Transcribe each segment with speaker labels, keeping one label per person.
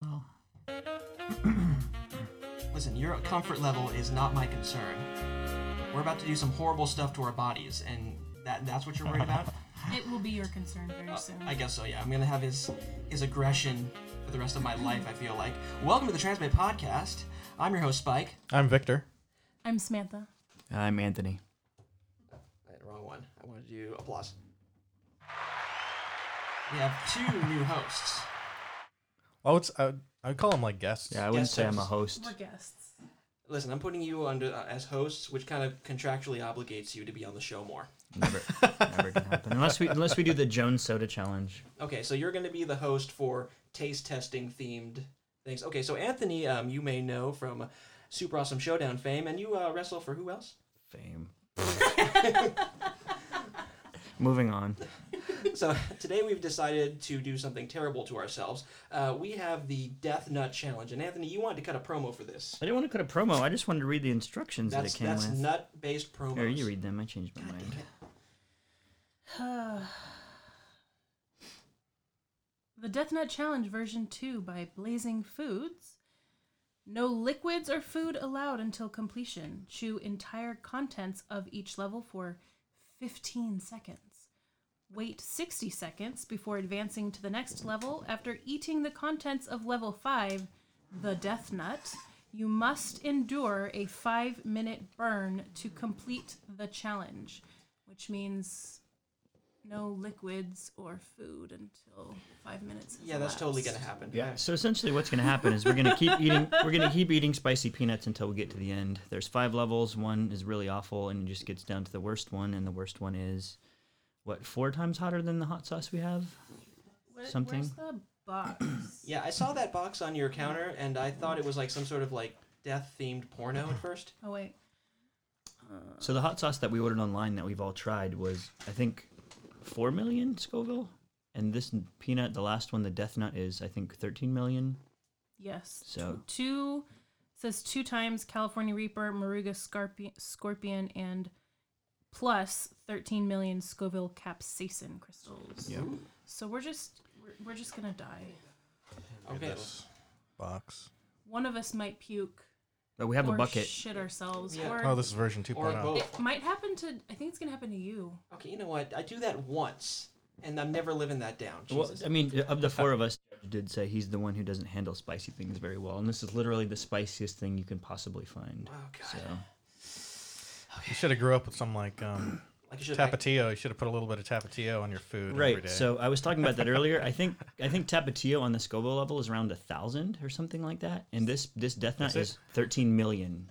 Speaker 1: Listen, your comfort level is not my concern. We're about to do some horrible stuff to our bodies, and that that's what you're worried about.
Speaker 2: It will be your concern very soon.
Speaker 1: I guess so. Yeah, I'm gonna have his his aggression for the rest of my life. I feel like. Welcome to the Transmit Podcast. I'm your host Spike.
Speaker 3: I'm Victor.
Speaker 2: I'm Samantha.
Speaker 4: I'm Anthony.
Speaker 1: All right, wrong one. I want to do applause. We have two new hosts.
Speaker 3: I would, s- I would, I would call him like guests.
Speaker 4: Yeah, I wouldn't
Speaker 1: Yes,
Speaker 4: say I'm a
Speaker 1: yes.
Speaker 4: host.
Speaker 2: We're guests.
Speaker 1: Listen, I'm putting you under uh, as hosts, which kind of contractually obligates you to be on the show more.
Speaker 4: Never, never gonna happen. Unless we unless we do the Jones Soda Challenge.
Speaker 1: Okay, so you're going to be the host for taste testing themed things. Okay, so Anthony, um, you may know from Super Awesome Showdown fame, and you uh, wrestle for who else?
Speaker 4: Fame. Moving on.
Speaker 1: so today we've decided to do something terrible to ourselves. Uh, we have the Death Nut Challenge, and Anthony, you wanted to cut a promo for this.
Speaker 4: I didn't want to cut a promo. I just wanted to read the instructions
Speaker 1: That's
Speaker 4: that it came
Speaker 1: that's
Speaker 4: with.
Speaker 1: nut based promos.
Speaker 4: Here, you read them. I changed my mind.
Speaker 2: The Death Nut Challenge version 2 by Blazing Foods. No liquids or food allowed until completion. Chew entire contents of each level for 15 seconds. Wait 60 seconds before advancing to the next level. After eating the contents of level 5, the Death Nut, you must endure a 5 minute burn to complete the challenge, which means no liquids or food until five minutes. Has
Speaker 1: Yeah, that's
Speaker 2: elapsed.
Speaker 1: totally going to happen.
Speaker 4: Yeah. So essentially, what's going to happen is we're going to keep eating. We're going to keep eating spicy peanuts until we get to the end. There's five levels. One is really awful, and it just gets down to the worst one. And the worst one is what four times hotter than the hot sauce we have.
Speaker 2: Where-
Speaker 4: something.
Speaker 2: Where's the box?
Speaker 1: Yeah, I saw that box on your counter, and I thought it was like some sort of like death themed porno at first.
Speaker 2: oh wait,
Speaker 4: So the hot sauce that we ordered online that we've all tried was, I think, four million Scoville, and this peanut, the last one, the death nut, is I think thirteen million.
Speaker 2: yes.
Speaker 4: So-
Speaker 2: two says two times California Reaper, Maruga Scorpion, Scorpion, and plus 13 million Scoville capsaicin crystals.
Speaker 4: Yep.
Speaker 2: So we're just we're, we're just gonna die.
Speaker 3: Look at
Speaker 1: Okay.
Speaker 3: this box.
Speaker 2: One of us might puke.
Speaker 4: But we have
Speaker 2: or
Speaker 4: a bucket.
Speaker 2: Shit ourselves.
Speaker 1: Yeah.
Speaker 2: Or
Speaker 3: Oh, this is version
Speaker 1: Or
Speaker 3: 2.0.
Speaker 1: both.
Speaker 2: it might happen to. I think it's gonna happen to you.
Speaker 1: Okay, you know what? I do that once, and I'm never living that down.
Speaker 4: Well,
Speaker 1: Jesus.
Speaker 4: I mean, uh, of the four of us, Judge did say he's the one who doesn't handle spicy things very well, and this is literally the spiciest thing you can possibly find.
Speaker 1: oh god.
Speaker 4: So
Speaker 3: You should have grew up with some like um,
Speaker 1: Like I should. I,
Speaker 3: tapatio. You should have put a little bit of tapatio on your food every day.
Speaker 4: right. So I was talking about that earlier. I think I think Tapatio on the Scoville level is around a thousand or something like that, and this this Death Nut
Speaker 3: That's
Speaker 4: is thirteen million.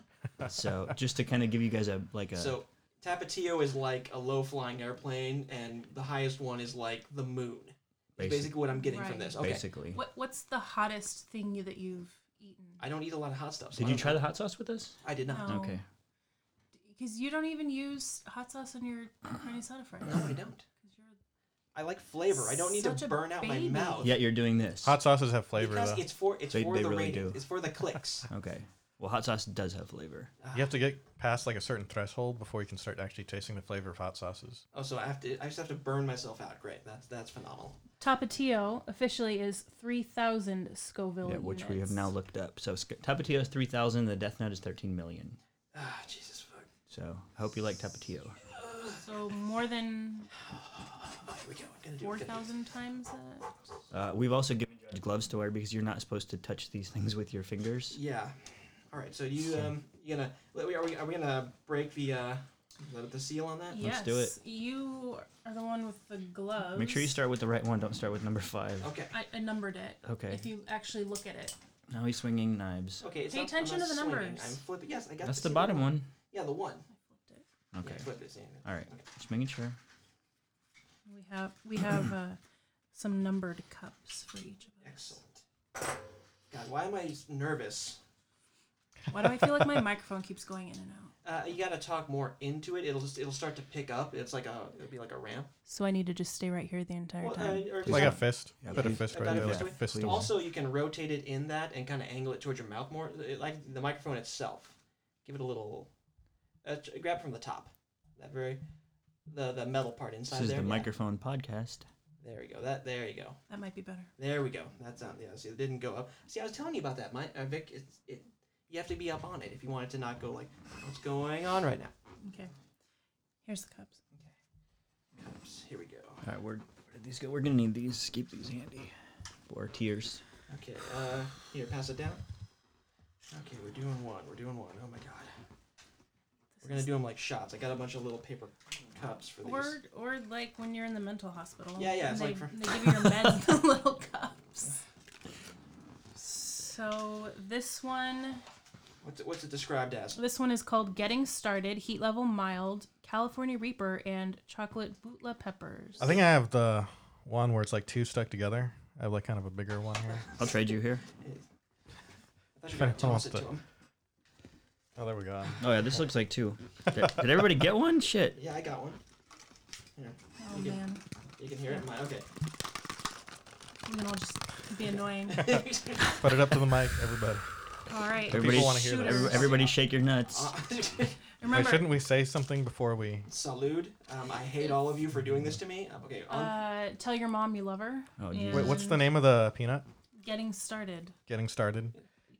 Speaker 4: So just to kind of give you guys a like a
Speaker 1: so Tapatio is like a low flying airplane, and the highest one is like the moon. It's
Speaker 4: Basic-
Speaker 1: basically what I'm getting
Speaker 2: Right.
Speaker 1: from this. Okay.
Speaker 4: basically.
Speaker 2: What What's the hottest thing you- that you've eaten?
Speaker 1: I don't eat a lot of hot stuff. so
Speaker 4: Did
Speaker 1: I
Speaker 4: you
Speaker 1: don't
Speaker 4: try
Speaker 1: know.
Speaker 4: the hot sauce with us?
Speaker 1: I did not.
Speaker 2: No.
Speaker 4: Okay.
Speaker 2: Because you don't even use hot sauce on your carne salad fries.
Speaker 1: No, I don't. I like flavor. I don't need
Speaker 2: Such
Speaker 1: to
Speaker 2: a
Speaker 1: burn out my
Speaker 2: baby.
Speaker 1: mouth.
Speaker 4: Yet you're doing this.
Speaker 3: hot sauces have flavor
Speaker 1: Because
Speaker 3: though.
Speaker 1: it's for it's
Speaker 4: They-
Speaker 1: for
Speaker 4: they
Speaker 1: the
Speaker 4: really
Speaker 1: ratings.
Speaker 4: do.
Speaker 1: It's for the clicks.
Speaker 4: Okay. Well, hot sauce does have flavor.
Speaker 3: You have to get past like a certain threshold before you can start actually tasting the flavor of hot sauces.
Speaker 1: Oh, so I have to. I just have to burn myself out. Great. That's that's phenomenal.
Speaker 2: Tapatio officially is 3,000 Scoville
Speaker 4: Yeah, which we have now
Speaker 2: units.
Speaker 4: looked up. So Sc- Tapatio is 3,000, the Death Note is 13 million.
Speaker 1: Ah, Jesus fuck.
Speaker 4: So I hope you like Tapatio.
Speaker 2: So more than
Speaker 1: Oh, here we go. I'm gonna do it.
Speaker 2: 4,000 times that?
Speaker 4: Uh, we've also given Judge gloves to wear because you're not supposed to touch these things with your fingers.
Speaker 1: Yeah. All right. So do you um you gonna are we are we, are we gonna break the uh the, the seal on that?
Speaker 2: yes.
Speaker 4: Let's do
Speaker 2: You are the one with the gloves.
Speaker 4: Make sure you start with the right one. Don't start with number five.
Speaker 1: Okay.
Speaker 2: I, I numbered it.
Speaker 4: Okay.
Speaker 2: Oh, If you actually look at it.
Speaker 4: Now he's swinging knives.
Speaker 1: Okay. It's
Speaker 2: Pay
Speaker 1: not- I'm
Speaker 2: attention
Speaker 1: not
Speaker 2: to the
Speaker 1: swinging,
Speaker 2: numbers.
Speaker 1: I'm flipping. Yes, I Oh, got.
Speaker 4: That's
Speaker 1: the
Speaker 4: the
Speaker 1: seal.
Speaker 4: bottom one.
Speaker 1: Yeah, the one.
Speaker 4: Okay.
Speaker 1: Yeah, flip it. see?
Speaker 4: All right. Just making sure.
Speaker 2: We have we have uh, some numbered cups for each of us.
Speaker 1: Excellent. God, why am I nervous?
Speaker 2: Why do I feel like my microphone keeps going in and out?
Speaker 1: Uh, you gotta talk more into it. It'll just it'll start to pick up. It's like a it'll be like a ramp.
Speaker 2: So I need to just stay right here the entire
Speaker 1: Well,
Speaker 2: time.
Speaker 1: uh, or
Speaker 3: Like a
Speaker 1: some-
Speaker 3: fist.
Speaker 4: Yeah,
Speaker 3: Put a
Speaker 4: please.
Speaker 3: fist
Speaker 1: I
Speaker 3: right
Speaker 1: got it
Speaker 3: there.
Speaker 1: this
Speaker 3: Like a
Speaker 1: way.
Speaker 3: fist
Speaker 4: please.
Speaker 3: tool.
Speaker 1: Also, you can rotate it in that and kind of angle it towards your mouth more, uh, It- like the microphone itself. Give it a little. Uh, tr- grab from the top. That very, the the metal part inside
Speaker 4: This is
Speaker 1: there.
Speaker 4: the
Speaker 1: yeah.
Speaker 4: microphone podcast.
Speaker 1: There we go. That there you go.
Speaker 2: that might be better.
Speaker 1: There we go. That's on. Yeah. See, it didn't go up. See, I was telling you about that, my uh, Vic. It's it. you have to be up on it if you want it to not go like, what's going on right now?
Speaker 2: Okay. Here's the cups.
Speaker 1: Cups. Here we go.
Speaker 4: All right, where, where did these go? We're gonna need these. Keep these handy for tears.
Speaker 1: Okay. Uh, here, pass it down. Okay, we're doing one. We're doing one. Oh my god. We're gonna do them like shots. I got a bunch of little paper cups for these.
Speaker 2: Or, or like when you're in the mental hospital.
Speaker 1: Yeah, yeah,
Speaker 2: and
Speaker 1: it's
Speaker 2: they,
Speaker 1: like for-
Speaker 2: they give you your meds in the little cups. So this one,
Speaker 1: What's it, what's it described as?
Speaker 2: this one is called Getting Started, Heat Level Mild, California Reaper, and Chocolate Bootla Peppers.
Speaker 3: I think I have the one where it's like two stuck together. I have like kind of a bigger one here.
Speaker 4: I'll trade you here.
Speaker 1: I thought you were gonna
Speaker 3: Trying to
Speaker 1: toss it
Speaker 3: toss
Speaker 1: to
Speaker 3: it.
Speaker 1: him.
Speaker 3: Oh, there we go.
Speaker 4: Oh yeah, this looks like two. Did, did everybody get one? Shit.
Speaker 1: Yeah, I got one. Here,
Speaker 2: oh
Speaker 1: you can-
Speaker 2: man,
Speaker 1: you can hear it. Mine. Okay.
Speaker 2: you can all just be annoying.
Speaker 3: Put it up to the mic, everybody.
Speaker 2: All right,
Speaker 4: Everybody-
Speaker 3: wanna hear
Speaker 2: shooters.
Speaker 3: that.
Speaker 4: Every- Everybody, shake your nuts.
Speaker 1: Uh,
Speaker 3: Wait,
Speaker 2: Remember,
Speaker 3: shouldn't we say something before we?
Speaker 1: Salud. Um, I hate all of you for doing this to me. Um, okay, on,
Speaker 2: uh, tell your mom you love her.
Speaker 4: Oh,
Speaker 2: and
Speaker 4: Jesus.
Speaker 3: Wait, what's the name of the peanut?
Speaker 2: Getting Started.
Speaker 3: Getting started.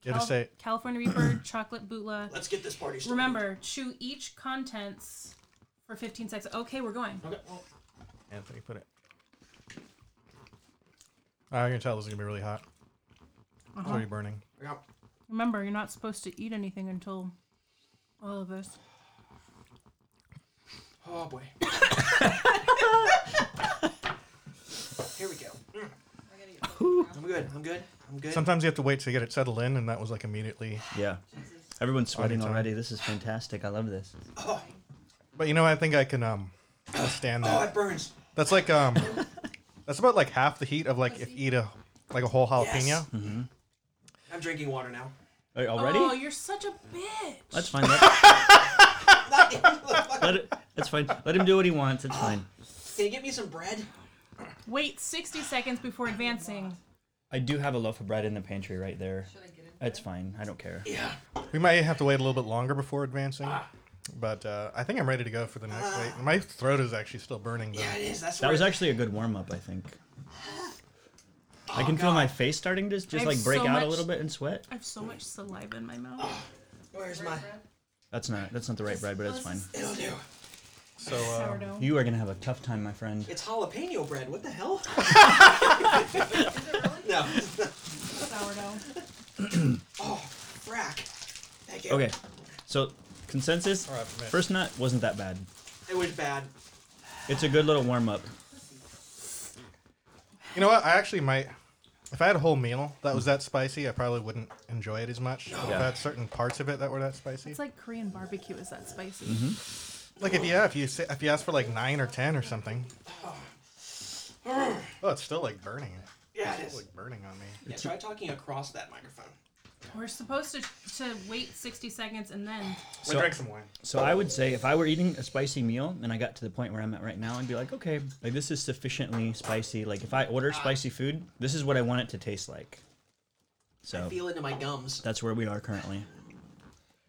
Speaker 3: You
Speaker 2: Cal-
Speaker 3: just say
Speaker 2: California Reaper, Chocolate Bootla.
Speaker 1: let's get this party started.
Speaker 2: Remember, chew each contents for 15 seconds. Okay, we're going.
Speaker 1: Okay. oh, Well,
Speaker 3: Anthony. Put it. Oh, you can tell this is gonna be really hot. It's
Speaker 1: Uh-huh.
Speaker 3: already burning.
Speaker 1: I got-
Speaker 2: Remember, you're not supposed to eat anything until all of this.
Speaker 1: oh boy. Here we go. Mm. I'm good. I'm good. I'm good.
Speaker 3: Sometimes you have to wait to get it settled in, and that was like immediately.
Speaker 4: Yeah. Everyone's sweating
Speaker 3: Already
Speaker 4: already. This is fantastic. I love this.
Speaker 1: Oh,
Speaker 3: But you know, I think I can um stand
Speaker 4: Uh.
Speaker 1: oh,
Speaker 3: that.
Speaker 1: it burns.
Speaker 3: That's like um, that's about like half the heat of like if you eat a like a whole jalapeno.
Speaker 1: Yes. I'm drinking water now.
Speaker 4: already?
Speaker 2: Oh, you're such a bitch.
Speaker 4: That's fine. Let,
Speaker 1: Not even the fuck-
Speaker 4: let it, that's fine. Let him do what he wants. It's fine.
Speaker 1: Can you get me some bread?
Speaker 2: Wait 60 seconds before advancing.
Speaker 4: I do have a loaf of bread in the pantry right there. It's fine. I don't care.
Speaker 1: Yeah.
Speaker 3: We might have to wait a little bit longer before advancing, but uh, I think I'm ready to go for the next wait. My throat is actually still burning though.
Speaker 1: Uh. Yeah, it is. That's
Speaker 4: That
Speaker 1: where
Speaker 4: was
Speaker 1: it-
Speaker 4: actually a good warm up, I think. I can feel my face starting to just,
Speaker 2: Oh, I
Speaker 4: just
Speaker 2: have
Speaker 4: like break
Speaker 2: so
Speaker 4: out a
Speaker 2: much-
Speaker 4: little bit and sweat.
Speaker 2: I have so much saliva in my mouth.
Speaker 1: Where's my?
Speaker 4: That's not that's not the right bread, but it's fine.
Speaker 1: It'll do.
Speaker 3: So uh,
Speaker 2: Sourdough.
Speaker 4: You are gonna have a tough time, my friend.
Speaker 1: It's jalapeno bread. What the hell? no.
Speaker 2: Sourdough.
Speaker 1: Oh, frack. Thank you.
Speaker 4: Okay, so consensus.
Speaker 3: All right, man.
Speaker 4: First nut wasn't that bad.
Speaker 1: It was bad.
Speaker 4: It's a good little warm up.
Speaker 3: you know what? I actually might. If I had a whole meal that was that spicy, I probably wouldn't enjoy it as much. If I had certain parts of it that were that spicy,
Speaker 2: It's like Korean barbecue. Is that spicy?
Speaker 4: Mm-hmm.
Speaker 3: like if yeah, if you say, if you ask for like nine or ten or something. Oh, it's still like burning.
Speaker 1: Yeah, it
Speaker 3: It's
Speaker 1: is.
Speaker 3: like burning on me.
Speaker 1: Yeah, try talking across that microphone.
Speaker 2: We're supposed to, to wait 60 seconds and then.
Speaker 3: So, drink some wine.
Speaker 4: So I would say if I were eating a spicy meal and I got to the point where I'm at right now, I'd be like, okay, like this is sufficiently spicy. Like if I order spicy food, this is what I want it to taste like. So
Speaker 1: Feel it in my gums.
Speaker 4: that's where we are currently.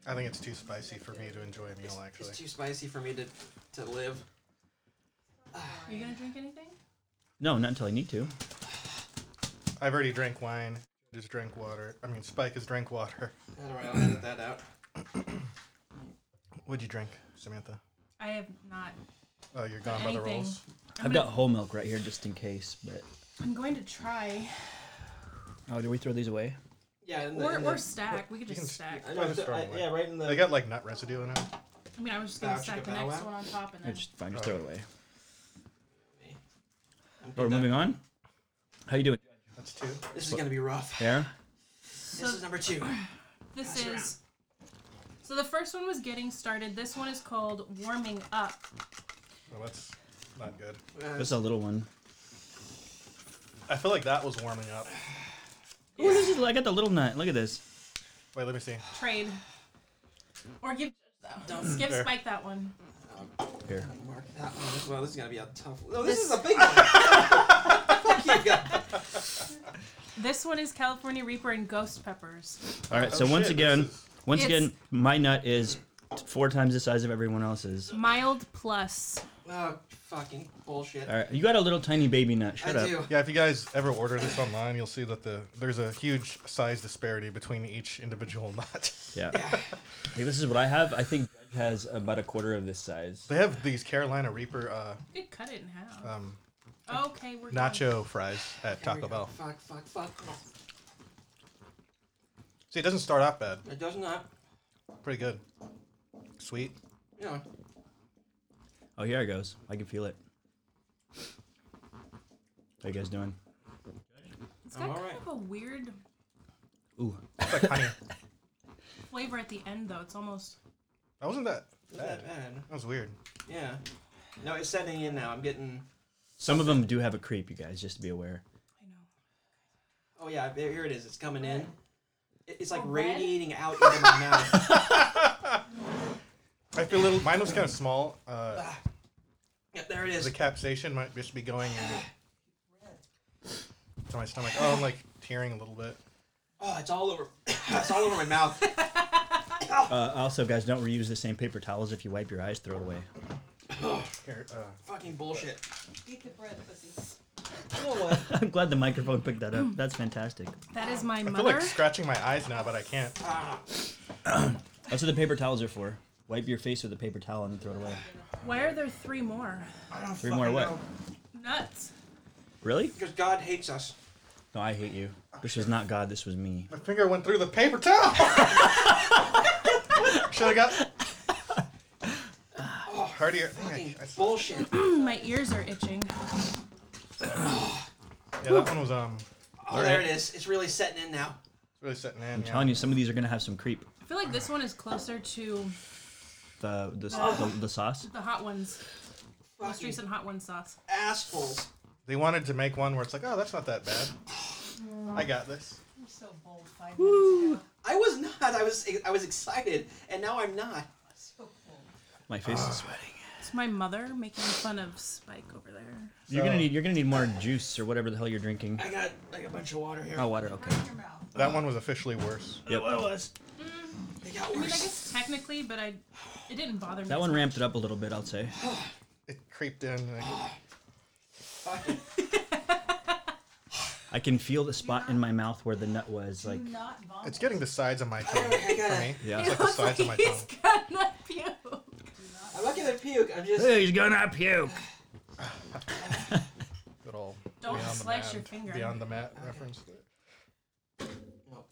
Speaker 3: I think it's too spicy for me to enjoy a meal. Actually,
Speaker 1: It's too spicy for me to to live.
Speaker 2: Are you going to drink anything?
Speaker 4: No, not until I need to.
Speaker 3: I've already drank wine. Just drink water. I mean, Spike has drank water.
Speaker 1: How do I edit that out?
Speaker 3: What'd you drink, Samantha?
Speaker 2: I have not.
Speaker 3: Oh, you're gone by the
Speaker 2: Anything.
Speaker 3: rules.
Speaker 4: I've got whole milk right here just in case. But
Speaker 2: I'm going to try.
Speaker 4: oh, do we throw these away?
Speaker 1: Yeah, in the,
Speaker 2: Or,
Speaker 1: in the-
Speaker 2: or stack. We could just
Speaker 3: can-
Speaker 2: stack.
Speaker 1: I know,
Speaker 3: Just throw
Speaker 1: I-
Speaker 3: them away.
Speaker 1: yeah, right in the.
Speaker 3: They got like nut residue in it.
Speaker 2: I mean, I was just going to
Speaker 1: Vouch,
Speaker 2: stack the
Speaker 1: Cabana.
Speaker 2: next one on top and
Speaker 4: Yeah,
Speaker 2: then.
Speaker 4: just fine.
Speaker 3: Oh.
Speaker 4: Just throw it away.
Speaker 1: I'm
Speaker 4: Or
Speaker 1: good,
Speaker 4: moving on. How you doing?
Speaker 3: That's two.
Speaker 1: though. This is gonna be rough.
Speaker 4: Yeah.
Speaker 1: This is number two.
Speaker 2: This
Speaker 1: Pass it
Speaker 2: is. So the first one was getting started. This one is called warming up.
Speaker 3: Well, that's not good.
Speaker 1: Uh,
Speaker 4: That's a little one.
Speaker 3: I feel like that was warming up.
Speaker 4: Ooh, this is, I got the little nut. Look at this.
Speaker 3: Wait, let me see.
Speaker 2: Trade. Or give. Don't give Spike that one.
Speaker 4: Here.
Speaker 1: mark that one as well. This is gonna be a tough. No, this, is a big one. Fuck you guys.
Speaker 2: This one is California Reaper and Ghost Peppers.
Speaker 4: All right.
Speaker 3: Oh,
Speaker 4: so once
Speaker 3: shit,
Speaker 4: again,
Speaker 3: this is-
Speaker 4: once
Speaker 2: It's-
Speaker 4: again, my nut is four times the size of everyone else's.
Speaker 2: Mild plus.
Speaker 1: Oh, fucking bullshit.
Speaker 4: All right, you got a little tiny baby nut. Shut
Speaker 1: I
Speaker 4: up.
Speaker 1: do.
Speaker 3: Yeah, if you guys ever order this online, you'll see that the there's a huge size disparity between each individual nut.
Speaker 5: Yeah. Hey, this is what I have. I think Judge has about a quarter of this size.
Speaker 3: They have these Carolina Reaper uh,
Speaker 2: You could cut it in half.
Speaker 3: um,
Speaker 2: okay, we're done.
Speaker 3: nacho fries at
Speaker 1: Here we
Speaker 3: Taco
Speaker 1: go.
Speaker 3: Bell.
Speaker 1: Fuck, fuck, fuck.
Speaker 3: See, it doesn't start off bad.
Speaker 1: It does not.
Speaker 3: Pretty good. Sweet.
Speaker 1: You know,
Speaker 4: Oh, here it goes. I can feel it. How you guys doing?
Speaker 2: It's got
Speaker 1: I'm
Speaker 2: kind
Speaker 1: alright.
Speaker 2: of a weird
Speaker 4: Ooh,
Speaker 3: It's like honey.
Speaker 2: flavor at the end, though. It's almost
Speaker 3: That wasn't that
Speaker 1: it's
Speaker 3: bad.
Speaker 1: that bad.
Speaker 3: That was weird.
Speaker 1: Yeah. No, it's setting in now. I'm getting.
Speaker 4: some of them do have a creep. You guys, just to be aware.
Speaker 2: I know.
Speaker 1: Oh yeah, there, here it is. It's coming in. It- It's like
Speaker 2: Oh, red?
Speaker 1: radiating out into my mouth.
Speaker 3: I feel a little. Mine was kind of small. Uh,
Speaker 1: Yeah, there it
Speaker 3: the
Speaker 1: is.
Speaker 3: capsation might just be going in to my stomach. Oh, I'm like tearing a little bit.
Speaker 1: Oh, it's all over. it's all over my mouth.
Speaker 4: Uh, also, guys, don't reuse the same paper towels. If you wipe your eyes, throw it away.
Speaker 3: Here, uh,
Speaker 1: Fucking bullshit.
Speaker 6: Eat the bread, pussy.
Speaker 1: You know what?
Speaker 4: I'm glad the microphone picked that up. That's fantastic.
Speaker 2: That is my
Speaker 3: I feel
Speaker 2: mother.
Speaker 3: like scratching my eyes now, but I can't.
Speaker 1: Ah,
Speaker 4: That's what the paper towels are for. Wipe your face with a paper towel and then throw it away.
Speaker 2: Why are there three more?
Speaker 1: I don't
Speaker 4: Three more
Speaker 1: fucking
Speaker 4: what?
Speaker 1: know.
Speaker 2: Nuts.
Speaker 4: Really?
Speaker 1: Because God hates us.
Speaker 4: No, I hate you. This was not God. This was me.
Speaker 3: My finger went through the paper towel. Should have got. Oh, hardier.
Speaker 1: Fucking
Speaker 3: Yeah,
Speaker 1: bullshit.
Speaker 2: my ears are itching.
Speaker 3: that one was um
Speaker 1: Oh, there it is. It's really setting in now.
Speaker 3: really setting in.
Speaker 4: I'm
Speaker 3: Yeah.
Speaker 4: telling you, some of these are gonna have some creep.
Speaker 2: I feel like this one is closer to
Speaker 4: The the the, the sauce.
Speaker 2: the hot ones. Most
Speaker 1: Fucking
Speaker 2: recent hot one sauce.
Speaker 1: assholes.
Speaker 3: They wanted to make one where it's like, oh, that's not that bad. I got this.
Speaker 6: You're so bold. Five Woo. minutes ago.
Speaker 1: I was not. I was. I was excited, and now I'm not.
Speaker 6: So bold.
Speaker 4: My face is sweating.
Speaker 2: It's my mother making fun of Spike over there.
Speaker 4: You're gonna
Speaker 3: So-
Speaker 4: need you're gonna need more juice or whatever the hell you're drinking.
Speaker 1: I got like a bunch of water here.
Speaker 4: Oh, water. Okay.
Speaker 6: Right in your mouth.
Speaker 3: That one was officially worse.
Speaker 4: Yep.
Speaker 1: It got
Speaker 2: I mean, I
Speaker 1: worse.
Speaker 2: guess technically, but I, it didn't bother me.
Speaker 4: That one
Speaker 2: as
Speaker 4: ramped it up a little bit, I'll say.
Speaker 3: It creeped in. and I-
Speaker 1: Fucking
Speaker 4: I can feel the spot in my mouth where the nut was. Like,
Speaker 6: Do not vomit.
Speaker 3: It's getting the sides of my tongue for me.
Speaker 4: yeah.
Speaker 2: much.
Speaker 3: like the size of my
Speaker 2: It looks like he's gonna puke.
Speaker 1: I'm not gonna puke. I'm just.
Speaker 4: he's gonna puke.
Speaker 3: Good old
Speaker 2: Don't
Speaker 3: Beyond the
Speaker 2: slice your
Speaker 3: Mat-
Speaker 2: finger.
Speaker 3: Beyond the mat reference.
Speaker 1: Yeah, Oh.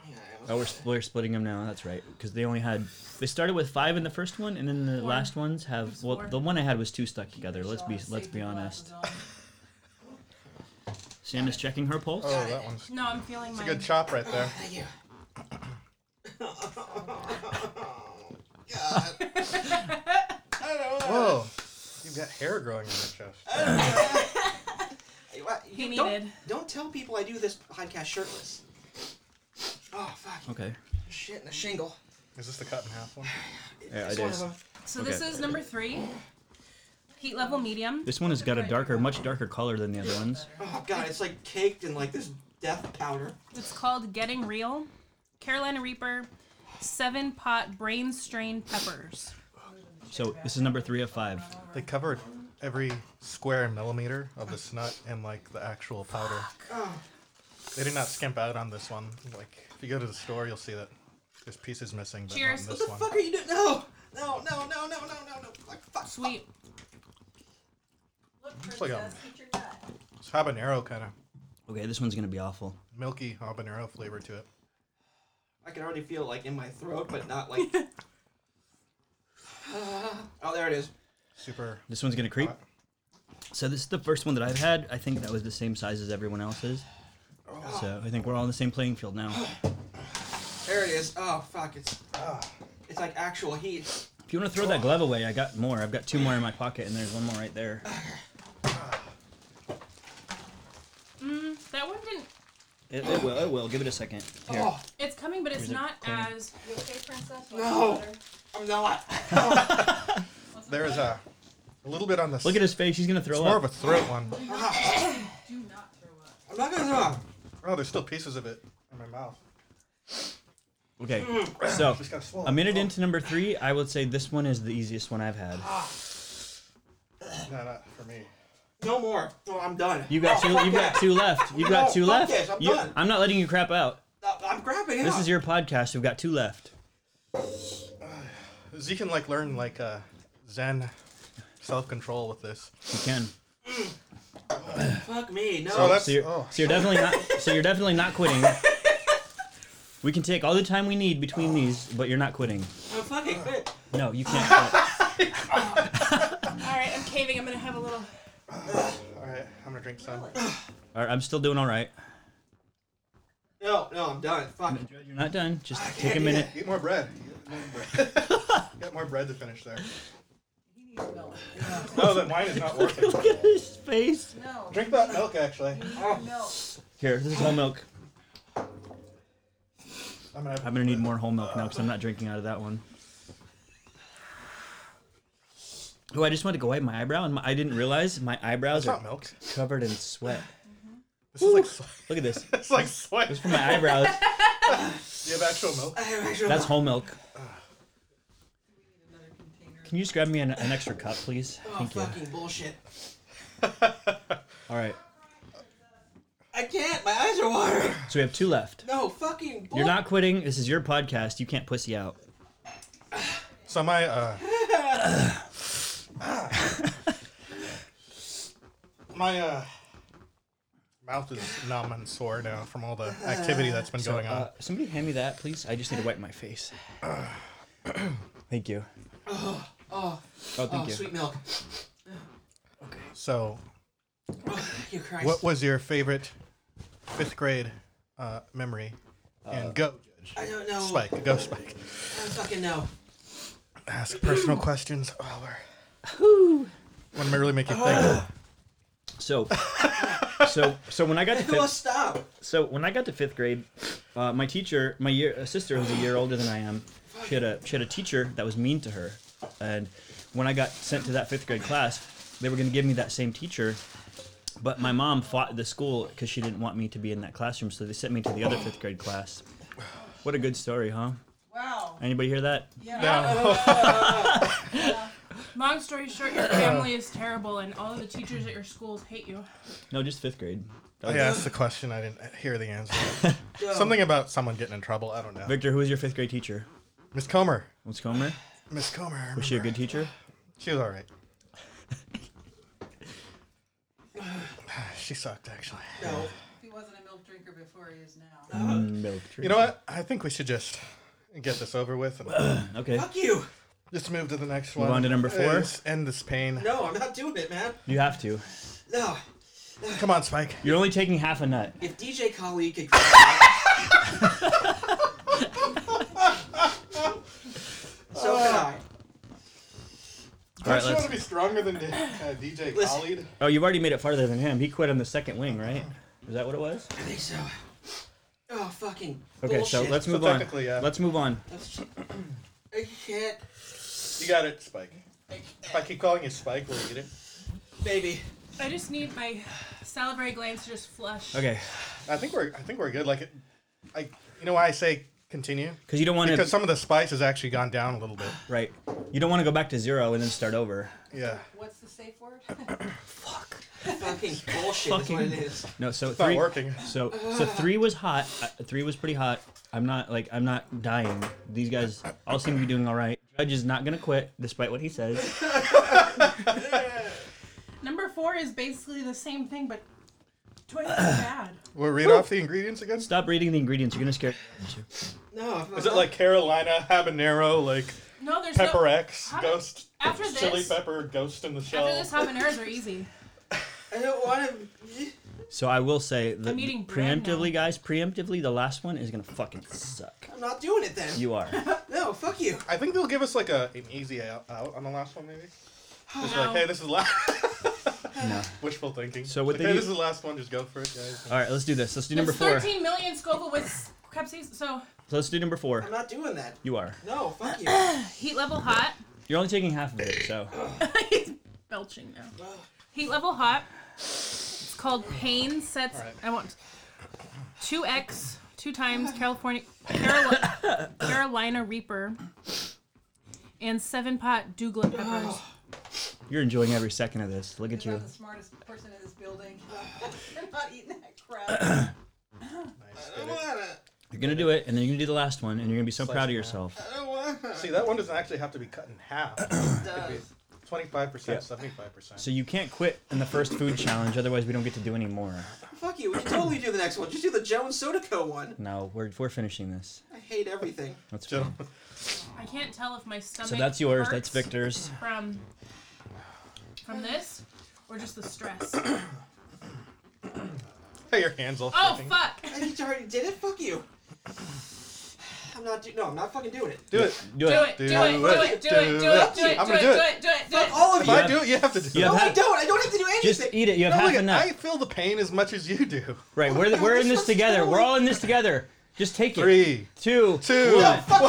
Speaker 1: I
Speaker 4: Oh, we're,
Speaker 1: was-
Speaker 4: sp- we're splitting them now. That's right. Because they only had they started with five in the first one, and then the
Speaker 2: Four.
Speaker 4: last ones have.
Speaker 2: It's
Speaker 4: Well,
Speaker 2: four.
Speaker 4: the one I had was two stuck together.
Speaker 6: Your
Speaker 4: Let's
Speaker 6: jaw
Speaker 4: be
Speaker 6: is
Speaker 4: let's be
Speaker 6: safety
Speaker 4: honest.
Speaker 6: glasses on.
Speaker 4: Sam is checking her pulse.
Speaker 3: Oh, that one's
Speaker 2: No, I'm feeling
Speaker 3: it's a
Speaker 2: mine.
Speaker 3: good chop right there.
Speaker 1: Thank you.
Speaker 3: Whoa, you've got hair growing in your chest.
Speaker 1: You- what- you
Speaker 2: He
Speaker 1: don't,
Speaker 2: needed.
Speaker 1: Don't tell people I do this podcast shirtless. Oh fuck!
Speaker 4: Okay.
Speaker 1: Shit in a shingle.
Speaker 3: Is this the cut in half one?
Speaker 4: Yeah,
Speaker 1: It's
Speaker 4: it
Speaker 1: one
Speaker 4: is.
Speaker 1: of them.
Speaker 2: So this
Speaker 4: Okay.
Speaker 2: is number three. Heat level medium.
Speaker 4: This one has got a darker, much darker color than the other ones.
Speaker 1: Oh god, it's like caked in like this death powder.
Speaker 2: It's called Getting Real. Carolina Reaper, seven pot brain strain peppers.
Speaker 4: So this is number three of five.
Speaker 3: They covered every square millimeter of this nut and like the actual powder. They did not skimp out on this one. Like if you go to the store, you'll see that there's pieces missing, but
Speaker 2: Cheers.
Speaker 3: not
Speaker 1: What the
Speaker 3: in this one.
Speaker 1: fuck are you doing? No, no, no, no, no, no, no, no. Fuck, fuck.
Speaker 2: Sweet.
Speaker 6: Look,
Speaker 3: like a-
Speaker 6: princess, eat your nut.
Speaker 3: It's habanero kind of
Speaker 4: Okay, this one's gonna be awful.
Speaker 3: milky habanero flavor to it.
Speaker 1: I can already feel it, like in my throat, but not like. oh, there it is.
Speaker 3: Super.
Speaker 4: This one's gonna creep.
Speaker 3: hot.
Speaker 4: So this is the first one that I've had. I think that was the same size as everyone else's.
Speaker 1: Oh,
Speaker 4: So I think we're all on the same playing field now.
Speaker 1: There it is. Oh fuck! It's it's like actual heat.
Speaker 4: If you want to throw that glove away, I got more. I've got two more in my pocket, and there's one more right there.
Speaker 2: That one didn't.
Speaker 4: It, it will. It will. Give it a second. Here.
Speaker 1: Oh,
Speaker 2: It's coming, but it's
Speaker 4: Here's a
Speaker 2: not
Speaker 4: clean.
Speaker 2: as.
Speaker 6: You okay, princess? Want
Speaker 1: No.
Speaker 6: some butter?
Speaker 1: I'm not.
Speaker 6: Want some
Speaker 3: There is
Speaker 6: butter?
Speaker 3: a, a little bit on the.
Speaker 4: Look at his face. He's gonna throw
Speaker 3: It's
Speaker 4: up.
Speaker 3: more of a throat one.
Speaker 6: Do not throw up.
Speaker 1: I'm not gonna.
Speaker 3: Oh, there's still pieces of it in my mouth.
Speaker 4: Okay, so
Speaker 3: Just got swollen.
Speaker 4: a minute into number three, I would say this one is the easiest one I've had.
Speaker 3: No, not for me.
Speaker 1: No more. Oh, I'm done.
Speaker 4: You got two.
Speaker 1: fuck
Speaker 4: You got
Speaker 1: yeah.
Speaker 4: two left. You got
Speaker 1: No,
Speaker 4: two
Speaker 1: fuck
Speaker 4: left.
Speaker 1: this, I'm
Speaker 4: You-
Speaker 1: done.
Speaker 4: I'm not letting you crap out.
Speaker 1: Uh, I'm grabbing it.
Speaker 4: This is your podcast. We've got two left.
Speaker 3: You can like learn like uh, Zen self control with this.
Speaker 4: You can.
Speaker 1: Fuck me. No.
Speaker 3: So that's
Speaker 4: So you're,
Speaker 3: oh,
Speaker 4: so you're definitely not. So you're definitely not quitting. We can take all the time we need between these, but you're not quitting.
Speaker 1: I'm fucking quit.
Speaker 4: No, you can't. quit.
Speaker 2: All right, I'm caving. I'm gonna have a little.
Speaker 3: all right. I'm gonna drink some.
Speaker 4: All right, I'm still doing all right.
Speaker 1: No, no, I'm done. Fuck.
Speaker 4: You're not done. Just take a minute.
Speaker 3: Eat more bread. Eat more bread. Got more bread to finish there.
Speaker 6: He needs milk.
Speaker 3: No, Oh, that wine is not working.
Speaker 4: His face.
Speaker 6: No.
Speaker 3: Drink Oh. that milk, actually.
Speaker 6: You need milk.
Speaker 4: Here, this is whole milk.
Speaker 3: I'm gonna, have
Speaker 4: I'm gonna need more whole milk now because I'm not drinking out of that one. Oh, I just wanted to go wipe my eyebrow, and my, I didn't realize my eyebrows
Speaker 3: It's
Speaker 4: are
Speaker 3: not milk.
Speaker 4: covered in sweat.
Speaker 3: This is like swe-
Speaker 4: Look at this.
Speaker 3: it's like sweat.
Speaker 4: From my eyebrows.
Speaker 3: Do you have actual milk?
Speaker 1: I have actual-
Speaker 4: That's whole milk.
Speaker 6: Another container.
Speaker 4: Can you just grab me an, an extra cup, please?
Speaker 1: Oh,
Speaker 4: Thank you.
Speaker 1: fucking bullshit.
Speaker 4: All right.
Speaker 1: I can't. My eyes are watering.
Speaker 4: So we have two left.
Speaker 1: No, fucking bull-
Speaker 4: You're not quitting. This is your podcast. You can't pussy out.
Speaker 3: So my uh my uh mouth is numb and sore now from all the activity that's been going on.
Speaker 4: Uh, somebody hand me that, please. I just need to wipe my face. thank you.
Speaker 1: Oh,
Speaker 4: Oh, thank
Speaker 1: oh
Speaker 4: you.
Speaker 1: sweet milk.
Speaker 3: so
Speaker 1: Oh, thank you, Christ.
Speaker 3: what was your favorite fifth grade uh memory?
Speaker 4: Uh,
Speaker 3: and go judge.
Speaker 1: I don't know.
Speaker 3: Spike, go Spike.
Speaker 1: I don't fucking know.
Speaker 3: Ask personal questions. Oh, we're... Want to really make
Speaker 1: Oh.
Speaker 3: you think?
Speaker 4: So, so, so when I got to
Speaker 1: Who will
Speaker 4: fifth,
Speaker 1: stop?
Speaker 4: so when I got to fifth grade, uh, my teacher, my year, a sister who's a year older than I am, she had a she had a teacher that was mean to her, and when I got sent to that fifth grade class, they were going to give me that same teacher, but my mom fought the school because she didn't want me to be in that classroom, so they sent me to the other fifth grade class. What a good story, huh?
Speaker 6: Wow.
Speaker 4: Anybody hear that?
Speaker 2: Long story short, your family is terrible, and all of the teachers at your schools hate you.
Speaker 4: No, just fifth grade.
Speaker 3: I asked the question. I didn't hear the answer.
Speaker 1: No.
Speaker 3: Something about someone getting in trouble. I don't know.
Speaker 4: Victor, who was your fifth grade teacher?
Speaker 3: Miss Comer.
Speaker 4: Was Comer?
Speaker 3: Miss Comer. I
Speaker 4: Was she a
Speaker 3: remember.
Speaker 4: good teacher?
Speaker 3: She was all right. she sucked, actually.
Speaker 1: No. Uh,
Speaker 6: He wasn't a milk drinker before he is now.
Speaker 4: Milk
Speaker 3: You know what? I think we should just get this over with and
Speaker 4: Okay.
Speaker 1: Fuck you.
Speaker 3: just move to the next
Speaker 4: Move
Speaker 3: one.
Speaker 4: on to number four?
Speaker 3: Uh, just end this pain.
Speaker 1: No, I'm not doing it, man.
Speaker 4: You have to.
Speaker 1: No.
Speaker 3: Come on, Spike.
Speaker 4: You're only taking half a nut.
Speaker 1: If DJ Khalid could. so could I.
Speaker 4: All right,
Speaker 3: Don't you want
Speaker 4: let's.
Speaker 3: to be stronger than D- uh, DJ
Speaker 1: Listen.
Speaker 3: Khalid?
Speaker 4: Oh, you've already made it farther than him. He quit on the second wing, right? Is that what it was?
Speaker 1: I think so. Oh, fucking.
Speaker 4: Okay,
Speaker 1: bullshit. Oh,
Speaker 4: so let's
Speaker 3: So
Speaker 4: move on.
Speaker 3: technically, yeah.
Speaker 4: Let's move on.
Speaker 1: I can't.
Speaker 3: You got it, Spike. If I keep calling you Spike, will you get it?
Speaker 1: Baby.
Speaker 2: I just need my salivary glands to just flush.
Speaker 4: Okay,
Speaker 3: I think we're. I think we're good. Like, it, I. You know why I say continue?
Speaker 4: because you don't want
Speaker 3: Because
Speaker 4: to.
Speaker 3: some of the spice has actually gone down a little bit.
Speaker 4: Right. You don't want to go back to zero and then start over.
Speaker 3: Yeah.
Speaker 6: What's the safe word?
Speaker 1: Fucking bullshit is what it is.
Speaker 4: No. So
Speaker 3: It's not
Speaker 4: three.
Speaker 3: working.
Speaker 4: So so three was hot. Uh, three was pretty hot. I'm not like I'm not dying. These guys all seem to be doing all right. Judge is not gonna quit despite what he says.
Speaker 2: Number four is basically the same thing, but twice as bad.
Speaker 3: We'll read off the ingredients again.
Speaker 4: Stop reading the ingredients. You're gonna scare.
Speaker 1: No. I'm
Speaker 3: Is it like Carolina habanero, like
Speaker 2: No, there's
Speaker 3: pepper
Speaker 2: no.
Speaker 3: X,
Speaker 2: Haban-
Speaker 3: ghost,
Speaker 2: after
Speaker 3: chili
Speaker 2: this-
Speaker 3: pepper, ghost in the shell?
Speaker 2: After this, habaneros are easy.
Speaker 1: I don't want to.
Speaker 4: So I will say that
Speaker 2: I'm eating bread now.
Speaker 4: preemptively, guys, preemptively, the last one is gonna fucking suck.
Speaker 1: I'm not doing it then.
Speaker 4: You are.
Speaker 1: No, fuck you.
Speaker 3: I think they'll give us like a, an easy out, out on the last one, maybe. Just
Speaker 2: No.
Speaker 3: like, hey, this is last.
Speaker 4: No.
Speaker 3: Wishful thinking.
Speaker 4: So what
Speaker 3: Like,
Speaker 4: they
Speaker 3: hey,
Speaker 4: do-
Speaker 3: this is the last one. Just go for it, guys.
Speaker 4: All right, let's do this. Let's do
Speaker 2: There's
Speaker 4: number four.
Speaker 2: 13 million Scoville with capsaicin. So
Speaker 4: So let's do number four.
Speaker 1: I'm not doing that.
Speaker 4: You are.
Speaker 1: No, fuck you. Ugh.
Speaker 2: heat level hot.
Speaker 4: You're only taking half of it, so
Speaker 2: He's belching now. Heat level hot. It's called pain sets.
Speaker 3: Alright.
Speaker 2: I want two X two times California Carolina, Carolina Reaper, and seven pot Douglas peppers.
Speaker 4: You're enjoying every second of this. Look at
Speaker 6: Because
Speaker 4: you.
Speaker 6: I'm the smartest person in this building. You're not eating that crap.
Speaker 3: Nice. Get it?
Speaker 4: You're gonna do it, and then you're gonna do the last one, and you're gonna be so
Speaker 3: Slice
Speaker 4: proud of
Speaker 3: it
Speaker 4: yourself.
Speaker 3: See, that one doesn't actually have to be cut in half. Twenty-five percent, seventy-five percent.
Speaker 4: So you can't quit in the first food challenge, otherwise we don't get to do any more.
Speaker 1: Fuck you. We can totally do the next one. Just do the Jones Soda Co. one.
Speaker 4: No, we're we're finishing this.
Speaker 1: I hate everything.
Speaker 4: That's fine.
Speaker 3: Gentlemen,
Speaker 2: I can't tell if my stomach.
Speaker 4: So that's yours.
Speaker 2: hurts
Speaker 4: That's Victor's.
Speaker 2: From from this, or just the stress.
Speaker 3: hey, your hands all
Speaker 2: oh
Speaker 3: shaking.
Speaker 2: fuck!
Speaker 1: I just already did it. Fuck you. I'm not. Do- no, I'm not fucking doing it.
Speaker 3: Do it.
Speaker 4: Do
Speaker 2: Do
Speaker 4: it.
Speaker 2: it! Do it! Do it! Do it! Do it! Do it!
Speaker 3: I'm
Speaker 2: Do it!
Speaker 3: gonna do
Speaker 2: Do
Speaker 3: it.
Speaker 2: it! Do it! Do
Speaker 1: Fuck
Speaker 2: it!
Speaker 1: all of
Speaker 3: If
Speaker 1: you.
Speaker 3: I do it, you have to do
Speaker 4: You
Speaker 3: it.
Speaker 1: no,
Speaker 4: have
Speaker 1: I
Speaker 4: half-
Speaker 1: don't. I don't have to do anything.
Speaker 4: Just eat it. You have
Speaker 3: No,
Speaker 4: half
Speaker 3: look,
Speaker 4: enough.
Speaker 3: I feel the pain as much as you do.
Speaker 4: Right. We're we're in this together. We're all in this together. Just take it.
Speaker 3: Three,
Speaker 4: two,
Speaker 3: two,
Speaker 4: one.
Speaker 1: fuck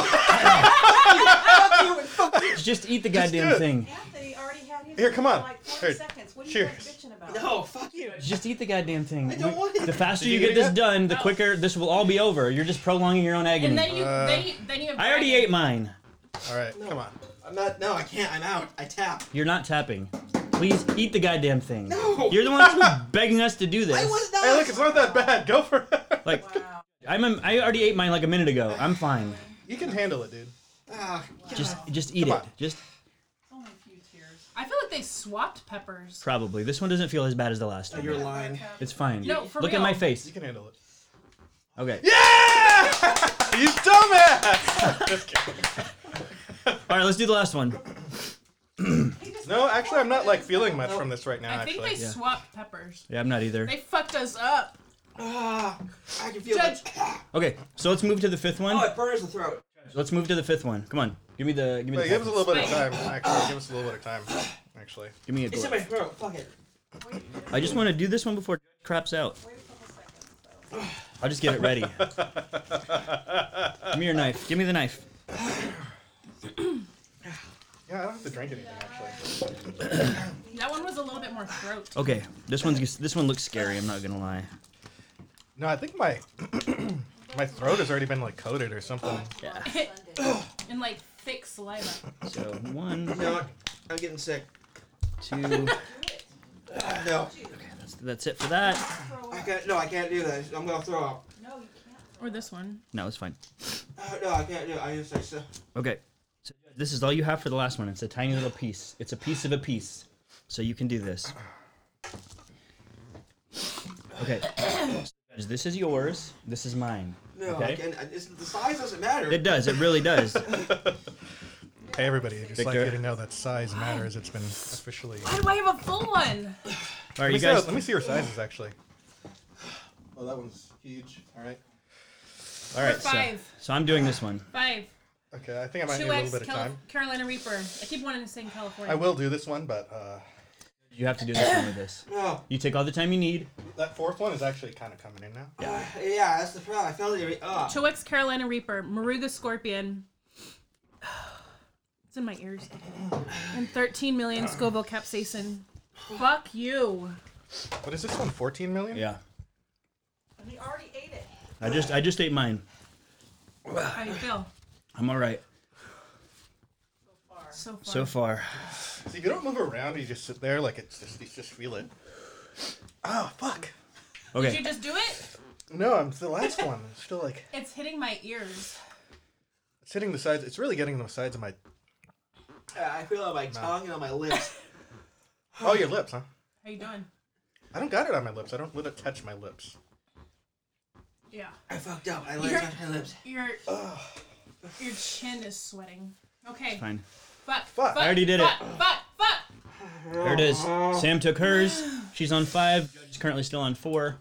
Speaker 1: you and fuck you.
Speaker 4: Just eat the
Speaker 3: Just do
Speaker 4: goddamn
Speaker 3: it.
Speaker 4: thing.
Speaker 6: Anthony already had his
Speaker 3: Here, come
Speaker 6: for
Speaker 3: on.
Speaker 6: Like 40
Speaker 3: Here.
Speaker 6: seconds. What are you guys
Speaker 3: Cheers.
Speaker 6: bitching about?
Speaker 1: No, fuck you.
Speaker 4: Just eat the goddamn thing.
Speaker 1: I don't
Speaker 4: We-
Speaker 1: want it.
Speaker 4: The faster
Speaker 3: Did
Speaker 4: you
Speaker 3: you
Speaker 4: get
Speaker 3: get
Speaker 4: this
Speaker 3: it?
Speaker 4: done, the quicker this will all be over. You're just prolonging your own
Speaker 2: And
Speaker 4: agony.
Speaker 2: then you
Speaker 3: Uh,
Speaker 2: then you then you have.
Speaker 4: I already
Speaker 2: bragging.
Speaker 4: ate mine.
Speaker 3: All right, come on.
Speaker 1: I'm not. No, I can't. I'm out. I tap.
Speaker 4: You're not tapping. Please eat the goddamn thing.
Speaker 1: No.
Speaker 4: You're the one who's begging us to do this.
Speaker 1: I was not.
Speaker 3: Hey, look, it's not that bad. Go for it.
Speaker 4: Like
Speaker 6: Wow.
Speaker 4: I'm, I already ate mine like a minute ago. I'm fine.
Speaker 3: You can handle it, dude.
Speaker 1: Ah,
Speaker 4: Just,
Speaker 1: God.
Speaker 4: just eat
Speaker 3: Come
Speaker 4: it.
Speaker 3: on.
Speaker 4: Just
Speaker 6: It's only a few tears.
Speaker 2: I feel like they swapped peppers.
Speaker 4: probably. This one doesn't feel as bad as the last one.
Speaker 1: You're lying.
Speaker 4: It's fine.
Speaker 2: No, for
Speaker 4: Look
Speaker 2: real.
Speaker 4: at my
Speaker 3: You
Speaker 4: face.
Speaker 3: can handle it.
Speaker 4: Okay.
Speaker 3: Yeah! you dumbass! Just kidding.
Speaker 4: All right, let's do the last one.
Speaker 3: No, actually, I'm not like feeling much from this right now.
Speaker 2: I think
Speaker 3: Actually,
Speaker 2: they swapped peppers.
Speaker 4: Yeah, I'm not either.
Speaker 2: They fucked us up.
Speaker 1: Ah, I can feel
Speaker 2: Judge-
Speaker 1: it. Ah,
Speaker 4: Okay, so let's move to the fifth
Speaker 1: oh,
Speaker 4: one.
Speaker 1: it burns the throat.
Speaker 4: Let's move to the fifth one. Come on. Give me the. Give me
Speaker 3: Wait,
Speaker 4: the.
Speaker 3: give us a little bit of
Speaker 2: Wait.
Speaker 3: time. Actually, give us a little bit of time. Actually,
Speaker 4: Give me a.
Speaker 1: It's in
Speaker 4: gl-
Speaker 1: my throat. Fuck it.
Speaker 4: I just want to do this one before craps out. I'll just get it ready. give me your knife. Give me the knife.
Speaker 3: yeah, I don't have to drink anything. Actually,
Speaker 2: That one was a little bit more throat.
Speaker 4: Okay, this one's this one looks scary. I'm not gonna lie.
Speaker 3: no, I think my my throat has already been like coated or something.
Speaker 2: and like thick saliva.
Speaker 4: So one,
Speaker 1: No, I'm getting sick.
Speaker 4: two.
Speaker 1: No,
Speaker 4: That's, that's it for that.
Speaker 1: I can't. No, I can't do that. I'm gonna throw up.
Speaker 6: No, you can't.
Speaker 2: Or this one.
Speaker 4: No, it's fine.
Speaker 1: Uh, no, I can't do it. I just. I just
Speaker 4: Okay. So this is all you have for the last one. It's a tiny little piece. It's a piece of a piece. So you can do this. Okay. This is yours. This is mine.
Speaker 1: no, I
Speaker 4: Okay.
Speaker 1: can't. I, it's, the size doesn't matter.
Speaker 4: It does. It really does.
Speaker 3: Hey, everybody, I'd just like
Speaker 4: Victor.
Speaker 3: you to know that size matters. It's been officially.
Speaker 2: Why do I have a full one?
Speaker 4: All right,
Speaker 3: Let
Speaker 4: you
Speaker 3: me, see how-
Speaker 4: guys.
Speaker 3: let me see your sizes actually. Oh, that one's huge. All right.
Speaker 4: All right. So,
Speaker 2: Five.
Speaker 4: so I'm doing this one.
Speaker 2: Five.
Speaker 3: Okay, I think I might need
Speaker 2: Two
Speaker 3: a little
Speaker 2: X
Speaker 3: bit of time.
Speaker 2: Carolina Reaper. I keep wanting to say California.
Speaker 3: I will do this one, but uh,
Speaker 4: You have to do this one with this.
Speaker 1: No.
Speaker 4: You take all the time you need.
Speaker 3: that fourth one is actually kind of coming in now.
Speaker 1: Uh, yeah, that's the problem. I felt it. Uh,
Speaker 2: Choex Carolina Reaper, Maruga Scorpion. It's in my ears. And 13 million Scoville capsaicin. Fuck you.
Speaker 3: What is this one? 14 million?
Speaker 4: Yeah.
Speaker 6: And he already ate it.
Speaker 4: I just I just ate mine.
Speaker 2: How do you feel
Speaker 4: I'm all right
Speaker 2: so far?
Speaker 4: so far.
Speaker 3: So if you don't move around, you just sit there like it's just you just feel it. Oh
Speaker 4: Ah,
Speaker 3: fuck!
Speaker 2: Did
Speaker 4: Okay.
Speaker 2: you just do it?
Speaker 3: No, I'm it's the last one. It's still like
Speaker 2: It's hitting my ears.
Speaker 3: it's hitting the sides. It's really getting the sides of my.
Speaker 1: I feel it on my tongue and on my lips.
Speaker 3: Oh, your lips, huh?
Speaker 2: How you doing?
Speaker 3: I don't got it on my lips. I don't let it touch my lips.
Speaker 2: Yeah.
Speaker 1: I fucked up. I lips.
Speaker 2: You're-
Speaker 1: My lips.
Speaker 2: Your your chin is sweating. Okay.
Speaker 4: Fine.
Speaker 2: Fuck.
Speaker 3: Fuck, I
Speaker 4: already did it.
Speaker 2: fuck, Fuck. Fuck.
Speaker 4: There it is. Sam took hers. She's on five. She's currently still on four.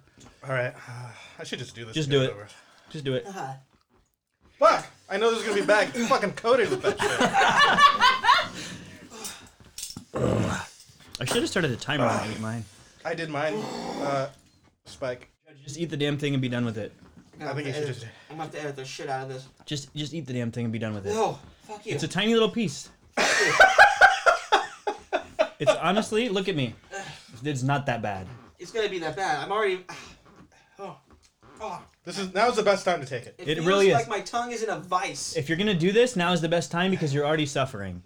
Speaker 3: All right, I should just do this.
Speaker 4: Just
Speaker 3: and get
Speaker 4: do it.
Speaker 3: over with.
Speaker 4: Just do it.
Speaker 1: Ah,
Speaker 3: Fuck! I know this is gonna be back fucking coated with that shit.
Speaker 4: I should have started a timer when I ate mine.
Speaker 3: I did mine. Uh, Spike.
Speaker 4: Just eat the damn thing and be done with it.
Speaker 1: I'm gonna
Speaker 3: I think you
Speaker 1: have to
Speaker 3: should
Speaker 1: edit-
Speaker 3: just-
Speaker 1: I'm gonna have to edit the shit out of this.
Speaker 4: Just just eat the damn thing and be done with it.
Speaker 1: No, fuck you.
Speaker 4: It's a tiny little piece. it's honestly, look at me. It's not that bad.
Speaker 1: It's gonna be that bad. I'm already. Oh, Oh,
Speaker 3: This is now's the best time to take it.
Speaker 1: it
Speaker 4: It
Speaker 1: feels
Speaker 4: really is.
Speaker 1: like my tongue is in a vice.
Speaker 4: If you're gonna do this, now is the best time because you're already suffering.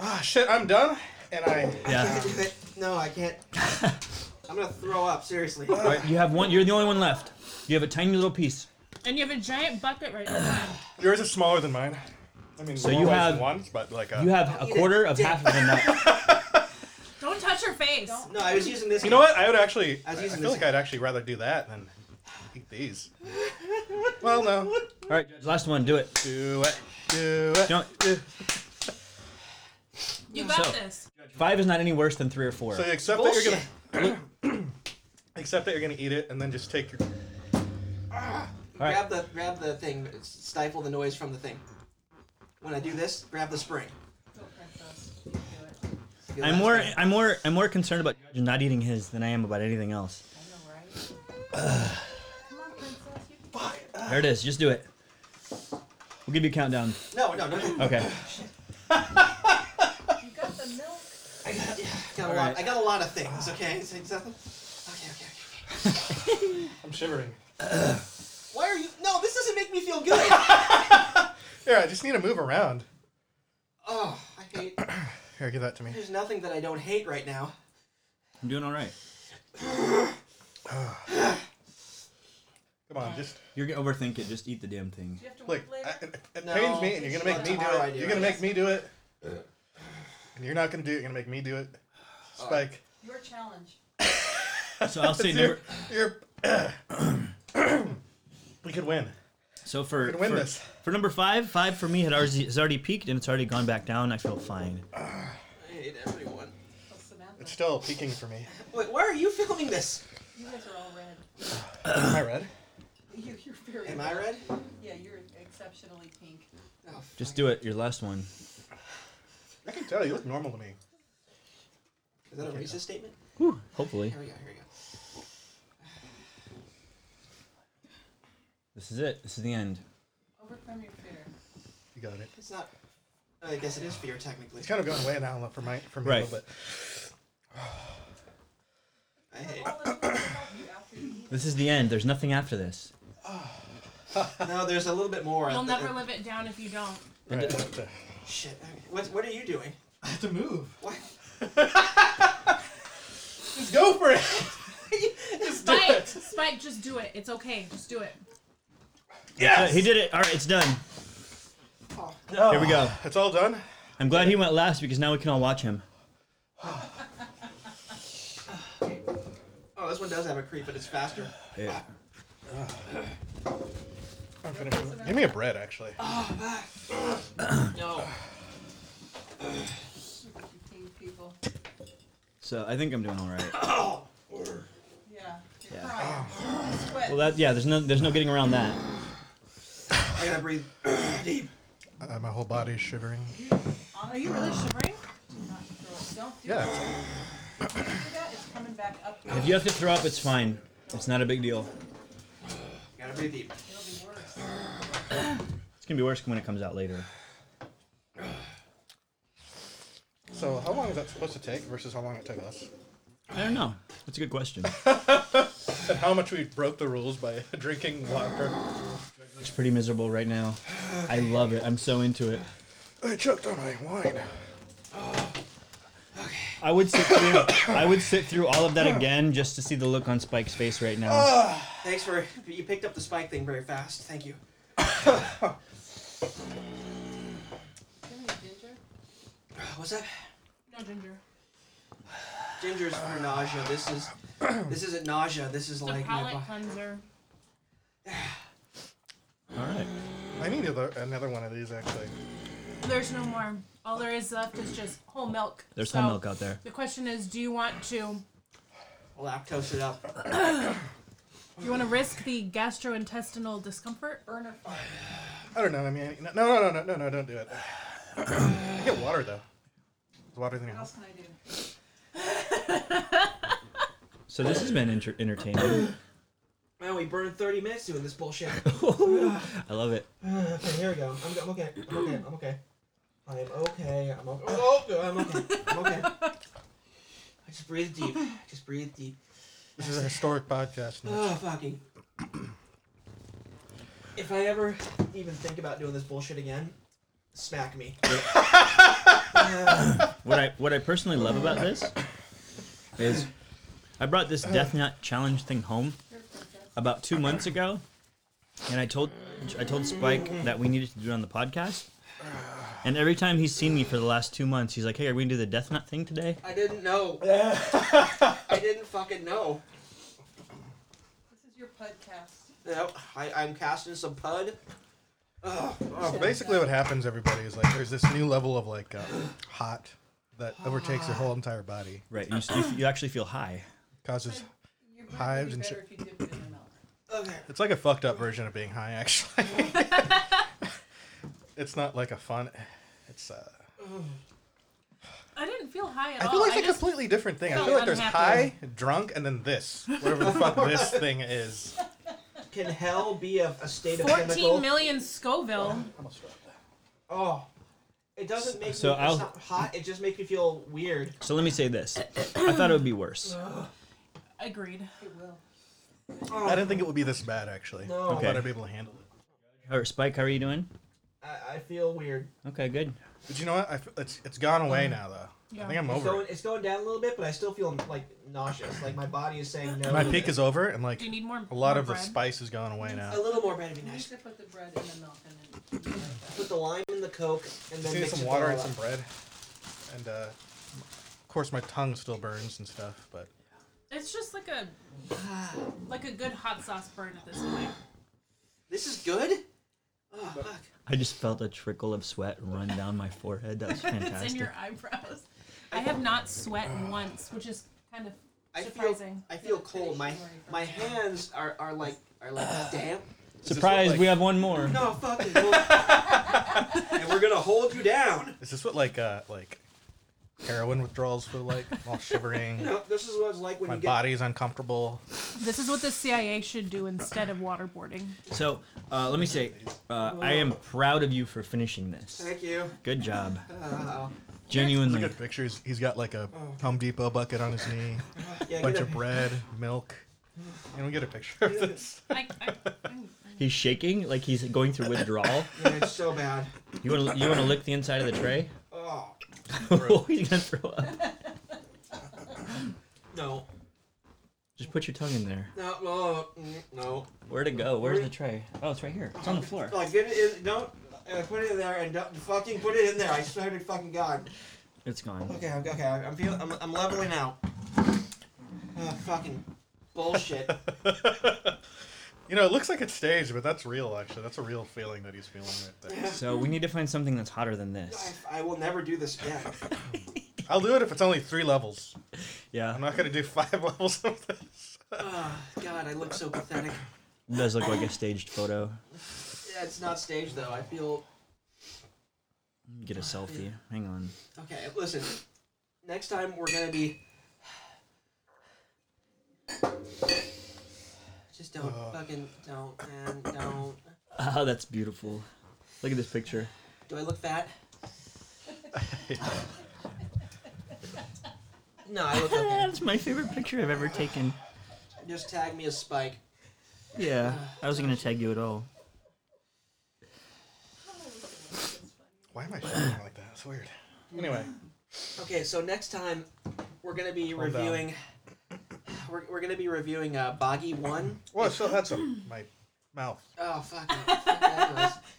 Speaker 3: Ah, shit, I'm done, and I.
Speaker 4: Yeah.
Speaker 1: I can't do it. No, I can't. I'm gonna throw up. Seriously.
Speaker 4: All right, you have one. You're the only one left. You have a tiny little piece.
Speaker 2: And you have a giant bucket right now.
Speaker 3: Yours is smaller than mine. I mean, so
Speaker 4: you have-
Speaker 3: ones, but like uh
Speaker 4: You have a
Speaker 1: Eat it.
Speaker 4: quarter of half of a nut.
Speaker 2: Don't touch her face.
Speaker 1: No, I was using this.
Speaker 3: You know what? I would actually.
Speaker 1: I
Speaker 3: I,
Speaker 1: was
Speaker 3: I
Speaker 1: using
Speaker 3: feel
Speaker 1: this-
Speaker 3: like I'd actually rather do that than eat these. well, no.
Speaker 4: All right, Judge, last one. Do it.
Speaker 3: Do it. Do it.
Speaker 4: Don't-
Speaker 3: do-
Speaker 2: You got
Speaker 4: So-
Speaker 2: this.
Speaker 4: Five is not any worse than three or four.
Speaker 3: So you accept that you're gonna. accept that you're gonna eat it, and then just take your.
Speaker 4: All right.
Speaker 1: Grab the grab the thing. s- Stifle the noise from the thing. When I do this, grab the spring. Feel
Speaker 4: I'm
Speaker 1: that
Speaker 4: more.
Speaker 1: spring.
Speaker 4: I'm more. I'm more concerned about Judge not eating his than I am about anything else. There it is. Just do it. We'll give you a countdown.
Speaker 1: No, no, no. no.
Speaker 4: Okay.
Speaker 6: You got the milk.
Speaker 1: I got, I got a lot. I got a lot of things. Okay. Is it something? Okay, okay, okay.
Speaker 3: I'm shivering.
Speaker 1: Why are you? No, this doesn't make me feel good.
Speaker 3: Here, I just need to move around.
Speaker 1: oh, I hate.
Speaker 3: Here, give that to me.
Speaker 1: There's nothing that I don't hate right now.
Speaker 4: I'm doing all right.
Speaker 3: Come on, just
Speaker 4: You're gonna overthink it. Just eat the damn thing.
Speaker 6: Do you have to
Speaker 3: look.
Speaker 6: work
Speaker 3: I,
Speaker 6: later?
Speaker 3: it it
Speaker 1: No,
Speaker 3: pains me, and you're gonna make me do
Speaker 1: tomorrow I
Speaker 3: it.
Speaker 1: do
Speaker 3: You're gonna
Speaker 1: it.
Speaker 3: make me do it. And you're not gonna do it. You're gonna make me do it. Spike,
Speaker 6: Your challenge.
Speaker 4: So I'll say
Speaker 3: It's your-
Speaker 4: never.
Speaker 3: you're. we could win.
Speaker 4: So for
Speaker 3: Gonna win
Speaker 4: for,
Speaker 3: this.
Speaker 4: for number five, five for me had already has already peaked and it's already gone back down. I feel fine.
Speaker 1: I hate everyone.
Speaker 6: Oh,
Speaker 3: It's
Speaker 6: Samantha.
Speaker 3: still peaking for me.
Speaker 1: Wait, why are you filming this?
Speaker 6: You guys are all red.
Speaker 3: Am I red?
Speaker 6: You, you're very.
Speaker 1: Am I red?
Speaker 6: Yeah, you're exceptionally pink.
Speaker 1: Oh,
Speaker 4: Just do it. Your last one.
Speaker 3: I can tell you look normal to me.
Speaker 1: Is that a racist statement?
Speaker 4: Whew, hopefully,
Speaker 1: Here we go. Here we go.
Speaker 4: this is it. This is the end.
Speaker 6: Overcome your fear.
Speaker 3: You got it.
Speaker 1: It's not. I guess it is fear technically.
Speaker 3: It's kind of going away now for my for me a
Speaker 4: Right.
Speaker 3: little bit.
Speaker 1: I hate.
Speaker 6: All the people that help you after you eat.
Speaker 4: This is the end. There's nothing after this.
Speaker 1: No, there's a little bit more.
Speaker 2: You'll
Speaker 1: at the-
Speaker 2: never live it down if you don't.
Speaker 3: Right, I have to-
Speaker 1: Shit. okay. What What are you doing?
Speaker 3: I have to move.
Speaker 1: What?
Speaker 3: Just go for it.
Speaker 2: Spike, Spike, just do it. It's okay. Just do it.
Speaker 4: Yeah, Uh, he did it. All right, it's done.
Speaker 1: Oh.
Speaker 4: Here we go.
Speaker 3: It's all done.
Speaker 4: I'm glad he went last because now we can all watch him.
Speaker 1: Oh, this one does have a creep, but it's faster.
Speaker 4: Yeah.
Speaker 3: I'm finna- Give me a bread, actually.
Speaker 1: No.
Speaker 6: You pink people.
Speaker 4: So I think I'm doing all right.
Speaker 6: Yeah. You're
Speaker 4: Yeah.
Speaker 6: crying. You sweat.
Speaker 4: Well, that yeah. There's no there's no getting around that.
Speaker 1: I gotta breathe deep.
Speaker 3: Uh, my whole body's shivering.
Speaker 6: Are you really shivering? Don't do
Speaker 3: Yeah.
Speaker 6: that. If you do that, it's coming back up. It'll
Speaker 4: If you have to throw up, it's fine. It's not a big deal.
Speaker 1: Gotta breathe deep.
Speaker 6: be worse.
Speaker 4: It's gonna be worse when it comes out later.
Speaker 3: So how long is that supposed to take versus how long it took us?
Speaker 4: I don't know. That's a good question.
Speaker 3: And how much we broke the rules by drinking water.
Speaker 4: It's pretty miserable right now. I love it. I'm so into it.
Speaker 3: I choked on my wine.
Speaker 4: I would sit through. I would sit through all of that again just to see the look on Spike's face right now.
Speaker 1: Thanks for you picked up the spike thing very fast. Thank you.
Speaker 6: Give me a ginger.
Speaker 1: What's that?
Speaker 2: No ginger.
Speaker 1: Ginger's for nausea. This is this isn't nausea. This is
Speaker 2: It's a
Speaker 1: like my
Speaker 2: palate
Speaker 1: bo-
Speaker 2: cleanser.
Speaker 4: All right.
Speaker 3: I need another, another one of these, actually.
Speaker 2: There's no more. All there is left is just whole milk.
Speaker 4: There's
Speaker 2: So,
Speaker 4: whole milk out there.
Speaker 2: The question is, do you want to do
Speaker 1: lactose it up.
Speaker 2: you want to risk the gastrointestinal discomfort?
Speaker 6: Burner fire.
Speaker 3: I don't know. I mean, no, no, no, no, no, no, don't do it. I get water though. Is water in your
Speaker 6: What else
Speaker 3: house?
Speaker 6: can I do?
Speaker 4: So this has been enter- entertaining.
Speaker 1: Man, we burned 30 minutes doing this bullshit.
Speaker 4: I love it.
Speaker 1: okay, here we go. I'm, go- I'm okay. I'm okay. I'm okay. I'm okay. I'm okay. Oh, God, I'm okay. I'm okay. I just breathe deep. Just breathe deep.
Speaker 3: This is a historic podcast. and
Speaker 1: Oh, fucking. If I ever even think about doing this bullshit again, smack me.
Speaker 4: What I what I personally love about this is I brought this Death Knot challenge thing home about two months ago, and I told I told Spike that we needed to do it on the podcast. And every time he's seen me for the last two months, he's like, "Hey, are we gonna do the Death Knot thing today?"
Speaker 1: I didn't know. I didn't fucking know.
Speaker 6: This is your podcast.
Speaker 1: Yep, I, I'm casting some pud. Ugh,
Speaker 3: So basically, what happens, everybody, is like there's this new level of like uh, hot that overtakes your whole entire body,
Speaker 4: Right? You, you, you actually feel high.
Speaker 3: causes.
Speaker 6: Your breath
Speaker 3: Hives
Speaker 6: would
Speaker 3: and
Speaker 6: be
Speaker 3: shit.
Speaker 6: better if you dipped it in the milk.
Speaker 1: okay.
Speaker 3: It's like a fucked up version of being high, actually. it's not like a fun. It's. Uh,
Speaker 2: I didn't feel high at
Speaker 3: I
Speaker 2: all.
Speaker 3: feel like
Speaker 2: Oh, I
Speaker 3: it's a
Speaker 2: just,
Speaker 3: completely different thing. I
Speaker 2: felt
Speaker 3: feel like there's high,
Speaker 2: unhappy.
Speaker 3: drunk, and then this, whatever the fuck this thing is.
Speaker 1: Can hell be a, a state of
Speaker 2: 14
Speaker 1: chemical?
Speaker 2: million Scoville.
Speaker 1: oh, it doesn't make me.
Speaker 4: So I'll-
Speaker 1: It's not hot. It just makes me feel weird.
Speaker 4: So let me say this: I thought it would be worse.
Speaker 2: Agreed.
Speaker 6: It will.
Speaker 3: I didn't think it would be this bad, actually.
Speaker 1: No.
Speaker 3: I thought
Speaker 4: Okay.
Speaker 3: I'd be able to handle it.
Speaker 4: All right, Spike, how are you doing?
Speaker 1: I, I feel weird.
Speaker 4: Okay, good.
Speaker 3: But you know what? I f it's it's gone away now, though.
Speaker 2: Yeah.
Speaker 3: I think I'm
Speaker 1: It's
Speaker 3: over
Speaker 1: going,
Speaker 3: it.
Speaker 1: it's going down a little bit, but I still feel like nauseous. Like my body is saying no.
Speaker 3: My
Speaker 1: to
Speaker 3: peak
Speaker 1: this.
Speaker 3: is over, and like
Speaker 2: Do you need more?
Speaker 3: a lot
Speaker 2: more
Speaker 3: of the
Speaker 2: bread? Mm.
Speaker 3: spice is gone away now.
Speaker 1: A little more bread would be
Speaker 6: You need
Speaker 1: nice.
Speaker 6: to put the bread in the milk and then.
Speaker 1: Put the lime in the coke, and then
Speaker 3: Just need
Speaker 1: mix
Speaker 3: some
Speaker 1: it
Speaker 3: water
Speaker 1: all
Speaker 3: and
Speaker 1: up.
Speaker 3: some bread, and uh, of course my tongue still burns and stuff. But
Speaker 2: It's just like a like a good hot sauce burn at this point.
Speaker 1: This is good. Oh fuck.
Speaker 4: I just felt a trickle of sweat run down my forehead. That
Speaker 2: It's
Speaker 4: was
Speaker 2: in
Speaker 4: fantastic.
Speaker 2: your eyebrows. I have not sweat once, which is kind of
Speaker 1: I feel,
Speaker 2: surprising.
Speaker 1: I feel cold. My my hands are, are like are like damp.
Speaker 4: Surprise!
Speaker 3: like-
Speaker 4: we have one more.
Speaker 1: No fucking. bull- and we're gonna hold you down.
Speaker 3: is this what like uh like heroin withdrawals feel like? All shivering.
Speaker 1: You know, this is what it's like when
Speaker 3: My
Speaker 1: you get.
Speaker 3: body's uncomfortable.
Speaker 2: This is what the CIA should do instead of waterboarding.
Speaker 4: So uh, let me say, uh, I am proud of you for finishing this.
Speaker 1: Thank you.
Speaker 4: Good job,
Speaker 1: Uh,
Speaker 3: Look
Speaker 2: Mm.
Speaker 4: genuinely.
Speaker 3: at pictures. He's got like a
Speaker 2: Oh.
Speaker 3: Home Depot bucket on his knee,
Speaker 1: yeah,
Speaker 3: bunch
Speaker 1: get
Speaker 3: of
Speaker 1: a-
Speaker 3: bread, milk.
Speaker 2: Mm.
Speaker 3: Can we get a picture of this?
Speaker 2: I, I, I'm-
Speaker 4: He's shaking like he's going through withdrawal.
Speaker 1: yeah, it's so bad.
Speaker 4: You want to you want to lick the inside of the tray?
Speaker 1: Oh
Speaker 4: he's gonna throw up.
Speaker 1: no,
Speaker 4: Just put your tongue in there.
Speaker 1: no, no, mm, no.
Speaker 4: Where to go? Where's the tray? Oh, it's right here. It's on the floor.
Speaker 1: Like get it in. Don't uh, put it in there and don't fucking put it in there. I swear to fucking God.
Speaker 4: It's gone.
Speaker 1: Okay, okay, okay. I'm feeling. I'm, I'm leveling out. Oh, fucking bullshit.
Speaker 3: You know, it looks like it's staged, but that's real. Actually, that's a real feeling that he's feeling right there.
Speaker 4: So we need to find something that's hotter than this.
Speaker 1: I, I will never do this again.
Speaker 3: I'll do it if it's only three levels.
Speaker 4: Yeah,
Speaker 3: I'm not gonna do five levels of this.
Speaker 1: Oh, God, I look so pathetic.
Speaker 4: it does look like a staged photo.
Speaker 1: Yeah, it's not staged though. I feel
Speaker 4: Get a selfie. Hang on.
Speaker 1: okay. Listen, next time we're gonna be. Just don't fucking don't and don't.
Speaker 4: Ah, that's beautiful. Look at this picture.
Speaker 1: Do I look fat? no, I look okay.
Speaker 4: That's my favorite picture I've ever taken.
Speaker 1: Just tag me as Spike.
Speaker 4: Yeah, I wasn't gonna tag you at all.
Speaker 3: Why am I shaking like that? It's weird. Anyway,
Speaker 1: Okay, so next time we're gonna be
Speaker 3: Calm down.
Speaker 1: reviewing. We're, we're gonna be reviewing uh, Boggy One.
Speaker 3: well, I still had some my mouth.
Speaker 1: Oh fuck! it. Fuck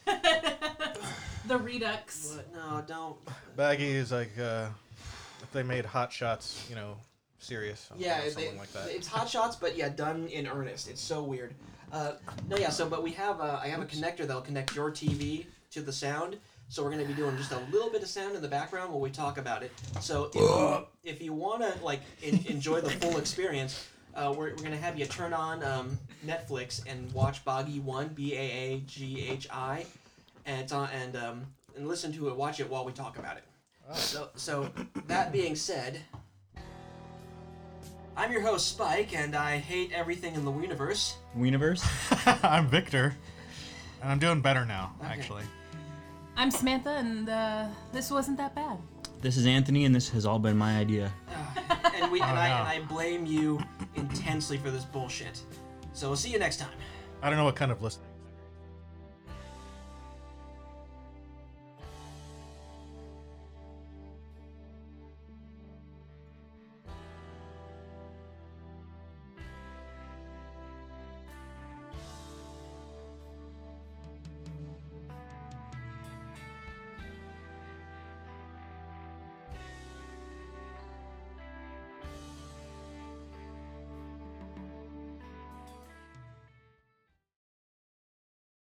Speaker 1: that
Speaker 2: the Redux.
Speaker 1: noise. No, don't.
Speaker 3: Baggy is like uh, if they made Hot Shots, you know, serious. I don't
Speaker 1: Yeah,
Speaker 3: know,
Speaker 1: it-
Speaker 3: something
Speaker 1: it-
Speaker 3: like that.
Speaker 1: it's hot shots, but yeah, done in earnest. It's so weird. Uh, no, yeah. So, but we have uh, I have a connector that'll connect your TV to the sound. So we're gonna be doing just a little bit of sound in the background while we talk about it. So if you, if you wanna like en- enjoy the full experience, uh, we're, we're gonna have you turn on um, Netflix and watch Boggy One B A A G H I, and it's on, and um, and listen to it, watch it while we talk about it. So so that being said. I'm your host, Spike, and I hate everything in the universe.
Speaker 4: Weeniverse?
Speaker 3: I'm Victor, and I'm doing better now. Actually,
Speaker 2: I'm Samantha, and uh, this wasn't that bad.
Speaker 4: This is Anthony, and this has all been my idea.
Speaker 1: And we and, I,
Speaker 3: no.
Speaker 1: and I blame you intensely for this bullshit. So we'll see you next time.
Speaker 3: I don't know what kind of list.